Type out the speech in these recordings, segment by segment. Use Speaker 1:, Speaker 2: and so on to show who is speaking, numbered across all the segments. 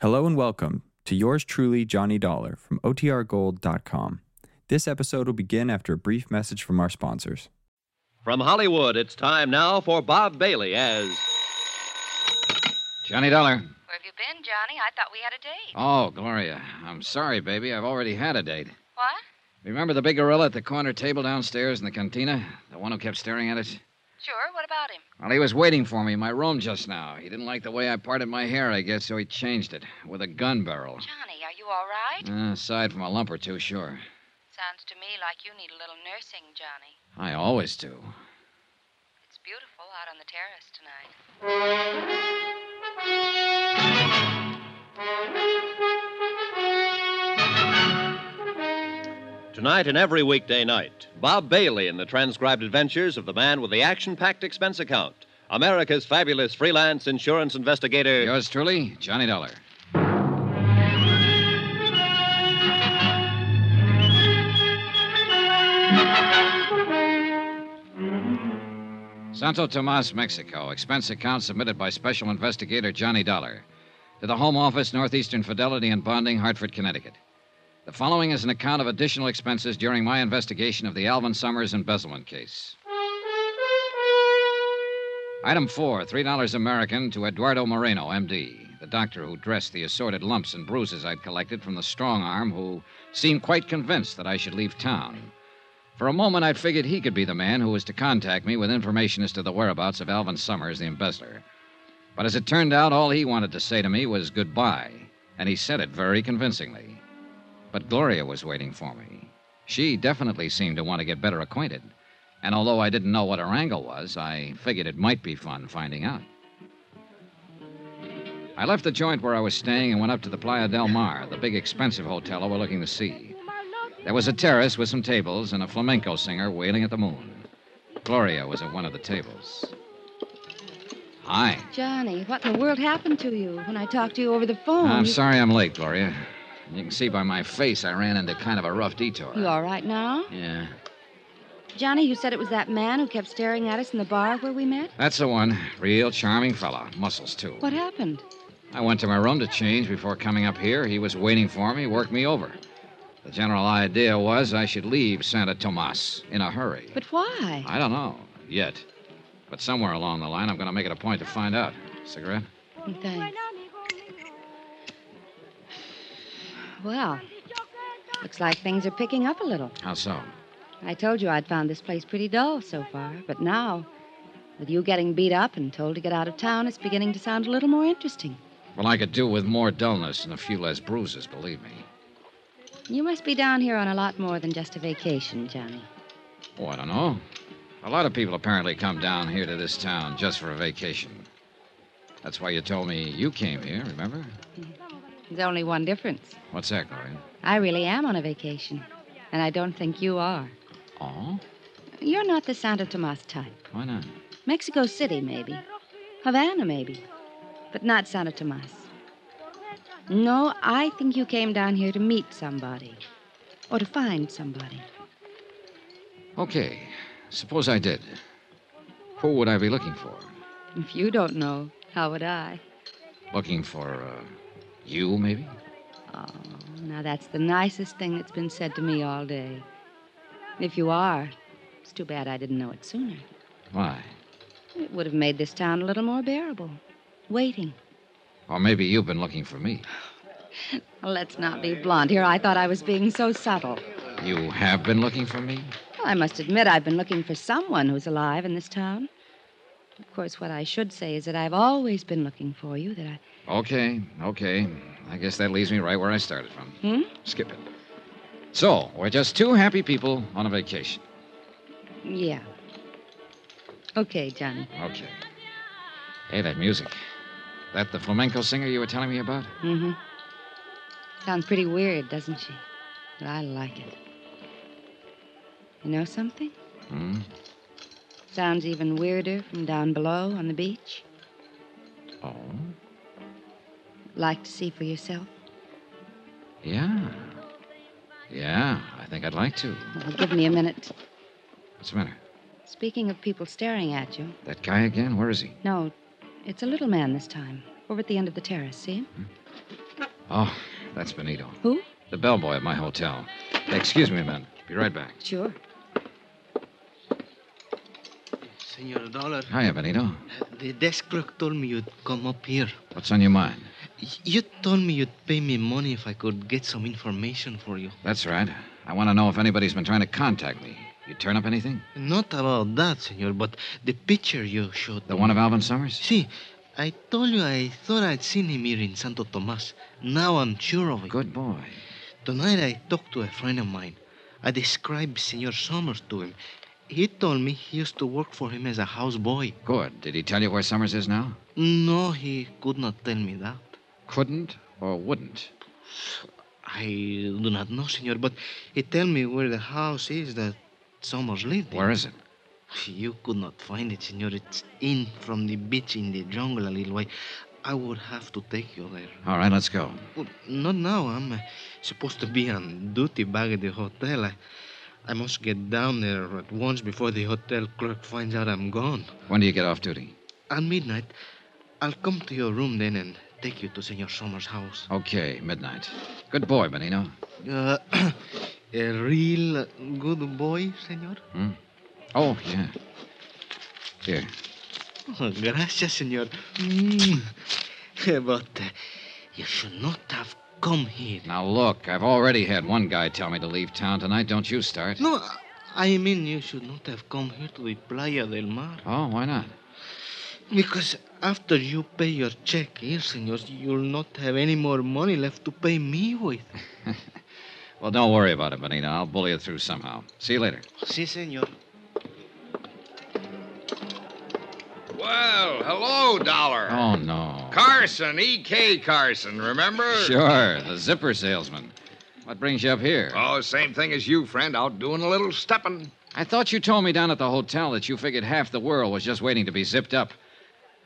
Speaker 1: Hello and welcome to yours truly, Johnny Dollar from OTRGold.com. This episode will begin after a brief message from our sponsors.
Speaker 2: From Hollywood, it's time now for Bob Bailey as.
Speaker 3: Johnny Dollar.
Speaker 4: Where have you been, Johnny? I thought we had a date.
Speaker 3: Oh, Gloria. I'm sorry, baby. I've already had a date.
Speaker 4: What?
Speaker 3: Remember the big gorilla at the corner table downstairs in the cantina? The one who kept staring at us?
Speaker 4: Sure, what about him?
Speaker 3: Well, he was waiting for me in my room just now. He didn't like the way I parted my hair, I guess, so he changed it with a gun barrel.
Speaker 4: Johnny, are you all right?
Speaker 3: Uh, aside from a lump or two, sure.
Speaker 4: Sounds to me like you need a little nursing, Johnny.
Speaker 3: I always do.
Speaker 4: It's beautiful out on the terrace tonight.
Speaker 2: Tonight and every weekday night, Bob Bailey in the transcribed adventures of the man with the action packed expense account, America's fabulous freelance insurance investigator.
Speaker 3: Yours truly, Johnny Dollar. Santo Tomas, Mexico. Expense account submitted by Special Investigator Johnny Dollar to the Home Office, Northeastern Fidelity and Bonding, Hartford, Connecticut. The following is an account of additional expenses during my investigation of the Alvin Summers embezzlement case. Item four, $3 American to Eduardo Moreno, MD, the doctor who dressed the assorted lumps and bruises I'd collected from the strong arm who seemed quite convinced that I should leave town. For a moment, I figured he could be the man who was to contact me with information as to the whereabouts of Alvin Summers, the embezzler. But as it turned out, all he wanted to say to me was goodbye, and he said it very convincingly. But Gloria was waiting for me. She definitely seemed to want to get better acquainted, and although I didn't know what her angle was, I figured it might be fun finding out. I left the joint where I was staying and went up to the Playa del Mar, the big expensive hotel overlooking the sea. There was a terrace with some tables and a flamenco singer wailing at the moon. Gloria was at one of the tables. Hi.
Speaker 5: Johnny, what in the world happened to you when I talked to you over the phone?
Speaker 3: I'm
Speaker 5: Oh, You-
Speaker 3: sorry I'm late, Gloria. You can see by my face I ran into kind of a rough detour.
Speaker 5: You all right now?
Speaker 3: Yeah.
Speaker 5: Johnny, you said it was that man who kept staring at us in the bar where we met?
Speaker 3: That's the one. Real charming fella. Muscles, too.
Speaker 5: What happened?
Speaker 3: I went to my room to change before coming up here. He was waiting for me, worked me over. The general idea was I should leave Santa Tomas in a hurry.
Speaker 5: But why?
Speaker 3: I don't know yet. But somewhere along the line, I'm going to make it a point to find out. Cigarette?
Speaker 5: Thanks. Well, looks like things are picking up a little.
Speaker 3: How so?
Speaker 5: I told you I'd found this place pretty dull so far, but now, with you getting beat up and told to get out of town, it's beginning to sound a little more interesting.
Speaker 3: Well, I could do with more dullness and a few less bruises, believe me.
Speaker 5: You must be down here on a lot more than just a vacation, Johnny.
Speaker 3: Oh, I don't know. A lot of people apparently come down here to this town just for a vacation. That's why you told me you came here, remember?
Speaker 5: There's only one difference.
Speaker 3: What's that, Gloria?
Speaker 5: I really am on a vacation, and I don't think you are.
Speaker 3: Oh?
Speaker 5: You're not the Santa Tomas type.
Speaker 3: Why not?
Speaker 5: Mexico City, maybe. Havana, maybe. But not Santa Tomas. No, I think you came down here to meet somebody, or to find somebody.
Speaker 3: Okay. Suppose I did. Who would I be looking for?
Speaker 5: If you don't know, how would I?
Speaker 3: Looking for, uh, you, maybe?
Speaker 5: Oh, now that's the nicest thing that's been said to me all day. If you are, it's too bad I didn't know it sooner.
Speaker 3: Why?
Speaker 5: It would have made this town a little more bearable. Waiting.
Speaker 3: Or maybe you've been looking for me.
Speaker 5: Let's not be blunt here. I thought I was being so subtle.
Speaker 3: You have been looking for me?
Speaker 5: Well, I must admit I've been looking for someone who's alive in this town. Of course, what I should say is that I've always been looking for you. That I.
Speaker 3: Okay, okay. I guess that leaves me right where I started from.
Speaker 5: Hmm?
Speaker 3: Skip it. So, we're just two happy people on a vacation.
Speaker 5: Yeah. Okay, Johnny.
Speaker 3: Okay. Hey, that music. That the flamenco singer you were telling me about?
Speaker 5: Mm-hmm. Sounds pretty weird, doesn't she? But I like it. You know something?
Speaker 3: Hmm?
Speaker 5: Sounds even weirder from down below on the beach.
Speaker 3: Oh?
Speaker 5: Like to see for yourself?
Speaker 3: Yeah. Yeah, I think I'd like to.
Speaker 5: Well, give me a minute.
Speaker 3: What's the matter?
Speaker 5: Speaking of people staring at you,
Speaker 3: That guy again? Where is he?
Speaker 5: No, it's a little man this time, over at the end of the terrace, see? him?
Speaker 3: Oh, that's Benito,
Speaker 5: Who?
Speaker 3: the bellboy at my hotel. Excuse me a minute. Be right back.
Speaker 5: Sure.
Speaker 6: Senor Dollar,
Speaker 3: Hiya, Benito.
Speaker 6: the desk clerk told me you'd come up here.
Speaker 3: What's on your mind?
Speaker 6: Y- You told me you'd pay me money if I could get some information for you.
Speaker 3: That's right. I want to know if anybody's been trying to contact me. You turn up anything?
Speaker 6: Not about that, senor, but the picture you showed.
Speaker 3: The one of Alvin Summers?
Speaker 6: See, I told you I thought I'd seen him here in Santo Tomas. Now I'm sure of it.
Speaker 3: Good boy.
Speaker 6: Tonight I talked to a friend of mine. I described Senor Summers to him. He told me he used to work for him as a houseboy.
Speaker 3: Good. Did he tell you where Summers is now?
Speaker 6: No, he could not tell me that.
Speaker 3: Couldn't or wouldn't?
Speaker 6: I do not know, senor, but he tell me where the house is that Summers lived in.
Speaker 3: Where is it?
Speaker 6: You could not find it, senor. It's in from the beach in the jungle a little way. I would have to take you there.
Speaker 3: All right, let's go.
Speaker 6: Well, not now. I'm uh, supposed to be on duty back at the hotel. I, I must get down there at once before the hotel clerk finds out I'm gone.
Speaker 3: When do you get off duty?
Speaker 6: At midnight, I'll come to your room then and take you to Senor Summers' house.
Speaker 3: Okay, midnight. Good boy, Benino.
Speaker 6: Uh, a real good boy, senor?
Speaker 3: Oh, yeah. Here.
Speaker 6: Oh, gracias, senor. Mm. But uh, you should not have come here.
Speaker 3: Now, look, I've already had one guy tell me to leave town tonight. Don't you start.
Speaker 6: No, I- I mean you should not have come here to the Playa del Mar.
Speaker 3: Oh, why not?
Speaker 6: Because after you pay your check here, senor, you'll not have any more money left to pay me with.
Speaker 3: Well, don't worry about it, Benino. I'll bully it through somehow. See you later.
Speaker 6: Si, senor.
Speaker 7: Well, hello, Dollar.
Speaker 3: Oh, no.
Speaker 7: Carson, E.K. Carson, remember?
Speaker 3: Sure, the zipper salesman. What brings you up here?
Speaker 7: Oh, same thing as you, friend, out doing a little stepping.
Speaker 3: I thought you told me down at the hotel that you figured half the world was just waiting to be zipped up.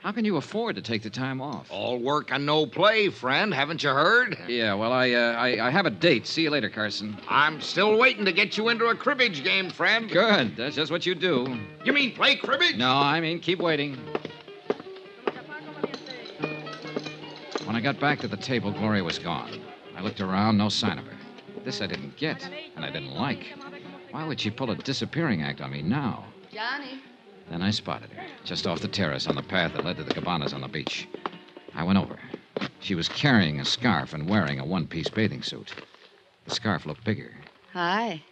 Speaker 3: How can you afford to take the time off?
Speaker 7: All work and no play, friend, haven't you heard?
Speaker 3: Yeah, well, I, uh, I I have a date. See you later, Carson.
Speaker 7: I'm still waiting to get you into a cribbage game, friend.
Speaker 3: Good. That's just what you do.
Speaker 7: You mean play cribbage?
Speaker 3: No, I mean keep waiting. When I got back to the table, Gloria was gone. I looked around, no sign of her. This I didn't get, and I didn't like. Why would she pull a disappearing act on me now?
Speaker 5: Johnny.
Speaker 3: Then I spotted her, just off the terrace on the path that led to the cabanas on the beach. I went over. She was carrying a scarf and wearing a one piece bathing suit. The scarf looked bigger.
Speaker 5: Hi.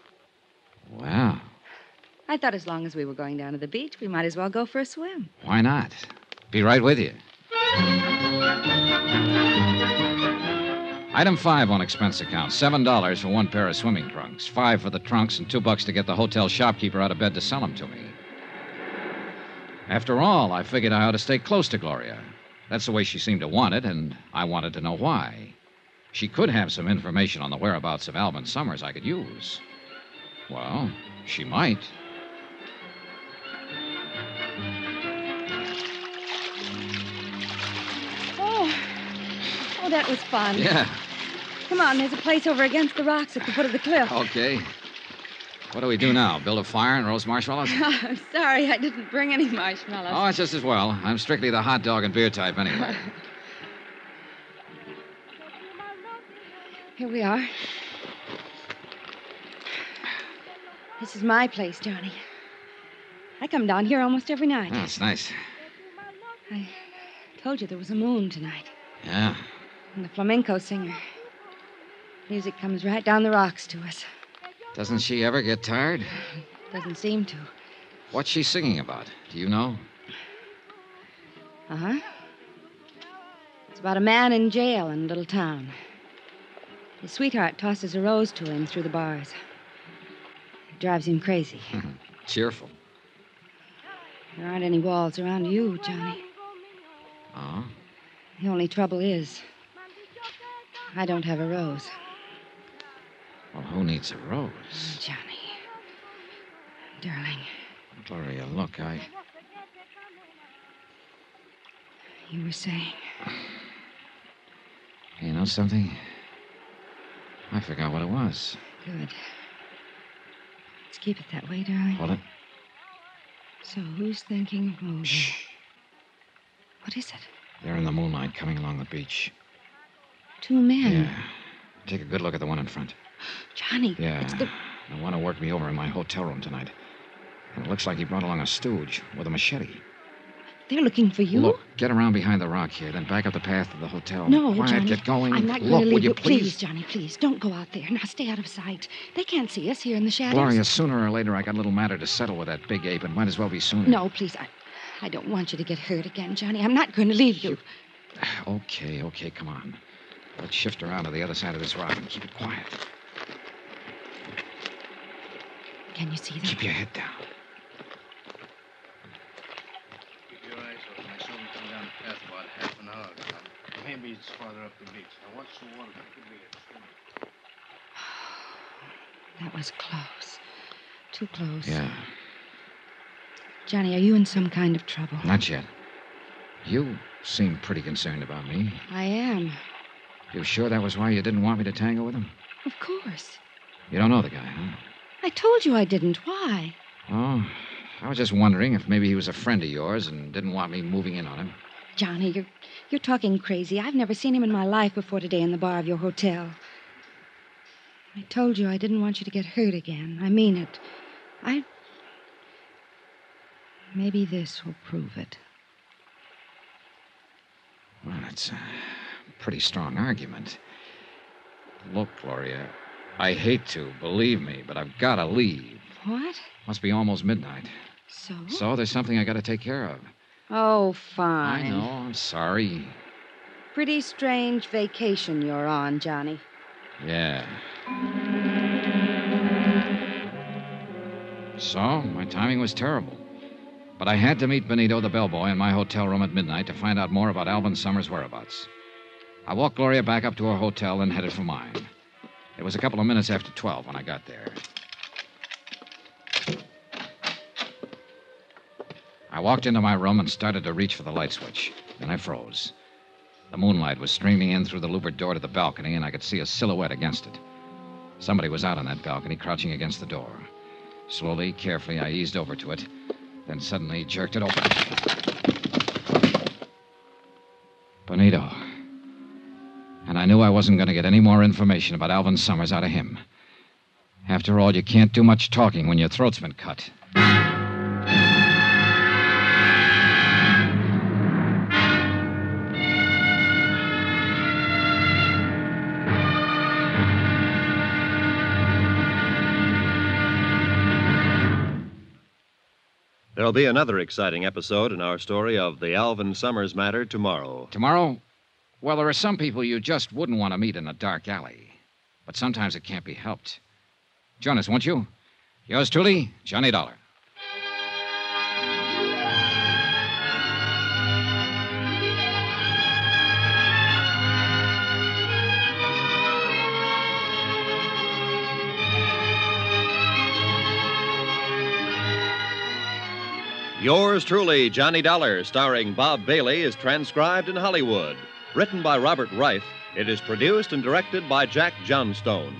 Speaker 3: Wow,
Speaker 5: I thought as long as we were going down to the beach, we might as well go for a swim.
Speaker 3: why not? Be right with you. Item five on expense account $7 for one pair of swimming trunks, five for the trunks, and two bucks to get the hotel shopkeeper out of bed to sell them to me. After all, I figured I ought to stay close to Gloria. That's the way she seemed to want it, and I wanted to know why. She could have some information on the whereabouts of Alvin Summers I could use. Well, she might.
Speaker 5: Oh. Oh, that was fun.
Speaker 3: Yeah,
Speaker 5: Come on, there's a place over against the rocks at the foot of the cliff.
Speaker 3: okay. What do we do now? Build a fire and roast marshmallows?
Speaker 5: I'm sorry, I didn't bring any marshmallows.
Speaker 3: Oh, it's just as well. I'm strictly the hot dog and beer type anyway.
Speaker 5: Here we are. This is my place, Johnny. I come down here almost every night.
Speaker 3: That's nice.
Speaker 5: I told you there was a moon tonight.
Speaker 3: Yeah.
Speaker 5: And the flamenco singer. Music comes right down the rocks to us.
Speaker 3: Doesn't she ever get tired?
Speaker 5: Doesn't seem to.
Speaker 3: What's she singing about? Do you know?
Speaker 5: Uh huh. It's about a man in jail in a little town. His sweetheart tosses a rose to him through the bars. It drives him crazy.
Speaker 3: Cheerful.
Speaker 5: There aren't any walls around you, Johnny.
Speaker 3: Oh?
Speaker 5: The only trouble is, I don't have a rose.
Speaker 3: Well, who needs a rose?
Speaker 5: Johnny. Darling,
Speaker 3: Gloria, look, I.
Speaker 5: you were saying.
Speaker 3: You know something? I forgot what it was.
Speaker 5: Good. Let's keep it that way, darling.
Speaker 3: What it?
Speaker 5: So who's thinking of moving?
Speaker 3: Shh.
Speaker 5: What is it?
Speaker 3: They're in the moonlight coming along the beach.
Speaker 5: Two men.
Speaker 3: Yeah. Take a good look at the one in front.
Speaker 5: Johnny,
Speaker 3: Yeah.
Speaker 5: it's the.
Speaker 3: The one who worked me over in my hotel room tonight. And it looks like he brought along a stooge with a machete.
Speaker 5: They're looking for you.
Speaker 3: Look, get around behind the rock here, then back up the path to the hotel.
Speaker 5: No,
Speaker 3: Quiet,
Speaker 5: Johnny.
Speaker 3: get going.
Speaker 5: I'm not
Speaker 3: Look,
Speaker 5: going to
Speaker 3: will
Speaker 5: leave
Speaker 3: you
Speaker 5: Please, Johnny, please don't go out there. Now stay out of sight. They can't see us here in the shadows.
Speaker 3: Gloria, sooner or later I got a little matter to settle with that big ape, and might as well be sooner.
Speaker 5: No, please. I, I don't want you to get hurt again, Johnny. I'm not going to leave you.
Speaker 3: Okay, okay, come on. Let's shift around to the other side of this rock and keep it quiet.
Speaker 5: Can you see them?
Speaker 3: Keep your head down.
Speaker 6: Keep your eyes open. I saw him come down the path about half an hour ago. Maybe it's farther up the beach. Now, what's the water? Could be a
Speaker 5: That was close. Too close.
Speaker 3: Yeah,
Speaker 5: Johnny, are you in some kind of trouble?
Speaker 3: not yet. You seem pretty concerned about me.
Speaker 5: I am.
Speaker 3: You sure that was why you didn't want me to tangle with him?
Speaker 5: Of course.
Speaker 3: You don't know the guy, huh?
Speaker 5: I told you I didn't. Why?
Speaker 3: Oh, I was just wondering if maybe he was a friend of yours and didn't want me moving in on him.
Speaker 5: Johnny, you're you're talking crazy. I've never seen him in my life before today in the bar of your hotel. I told you I didn't want you to get hurt again. I mean it. I Maybe this will prove it.
Speaker 3: Well, that's a pretty strong argument. Look, Gloria, I hate to, believe me, but I've got to leave.
Speaker 5: What?
Speaker 3: Must be almost midnight.
Speaker 5: So?
Speaker 3: So there's something I got to take care of.
Speaker 5: Oh, fine.
Speaker 3: I know, I'm sorry.
Speaker 5: Pretty strange vacation you're on, Johnny.
Speaker 3: Yeah. So, my timing was terrible. But I had to meet Benito, the bellboy, in my hotel room at midnight to find out more about Alvin Summers' whereabouts. I walked Gloria back up to her hotel and headed for mine. It was a couple of minutes after 12 when I got there. I walked into my room and started to reach for the light switch. Then I froze. The moonlight was streaming in through the louvered door to the balcony, and I could see a silhouette against it. Somebody was out on that balcony, crouching against the door. Slowly, carefully, I eased over to it, then suddenly jerked it open. Bonito. And I knew I wasn't going to get any more information about Alvin Summers out of him. After all, you can't do much talking when your throat's been cut.
Speaker 2: There'll be another exciting episode in our story of the Alvin Summers matter tomorrow.
Speaker 3: Tomorrow? Well, there are some people you just wouldn't want to meet in a dark alley. But sometimes it can't be helped. Join us, won't you? Yours truly, Johnny Dollar.
Speaker 2: Yours truly, Johnny Dollar, starring Bob Bailey, is transcribed in Hollywood. Written by Robert Reif, it is produced and directed by Jack Johnstone.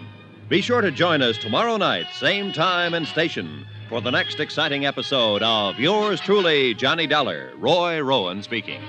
Speaker 2: Be sure to join us tomorrow night, same time and station, for the next exciting episode of Yours truly, Johnny Dollar. Roy Rowan speaking.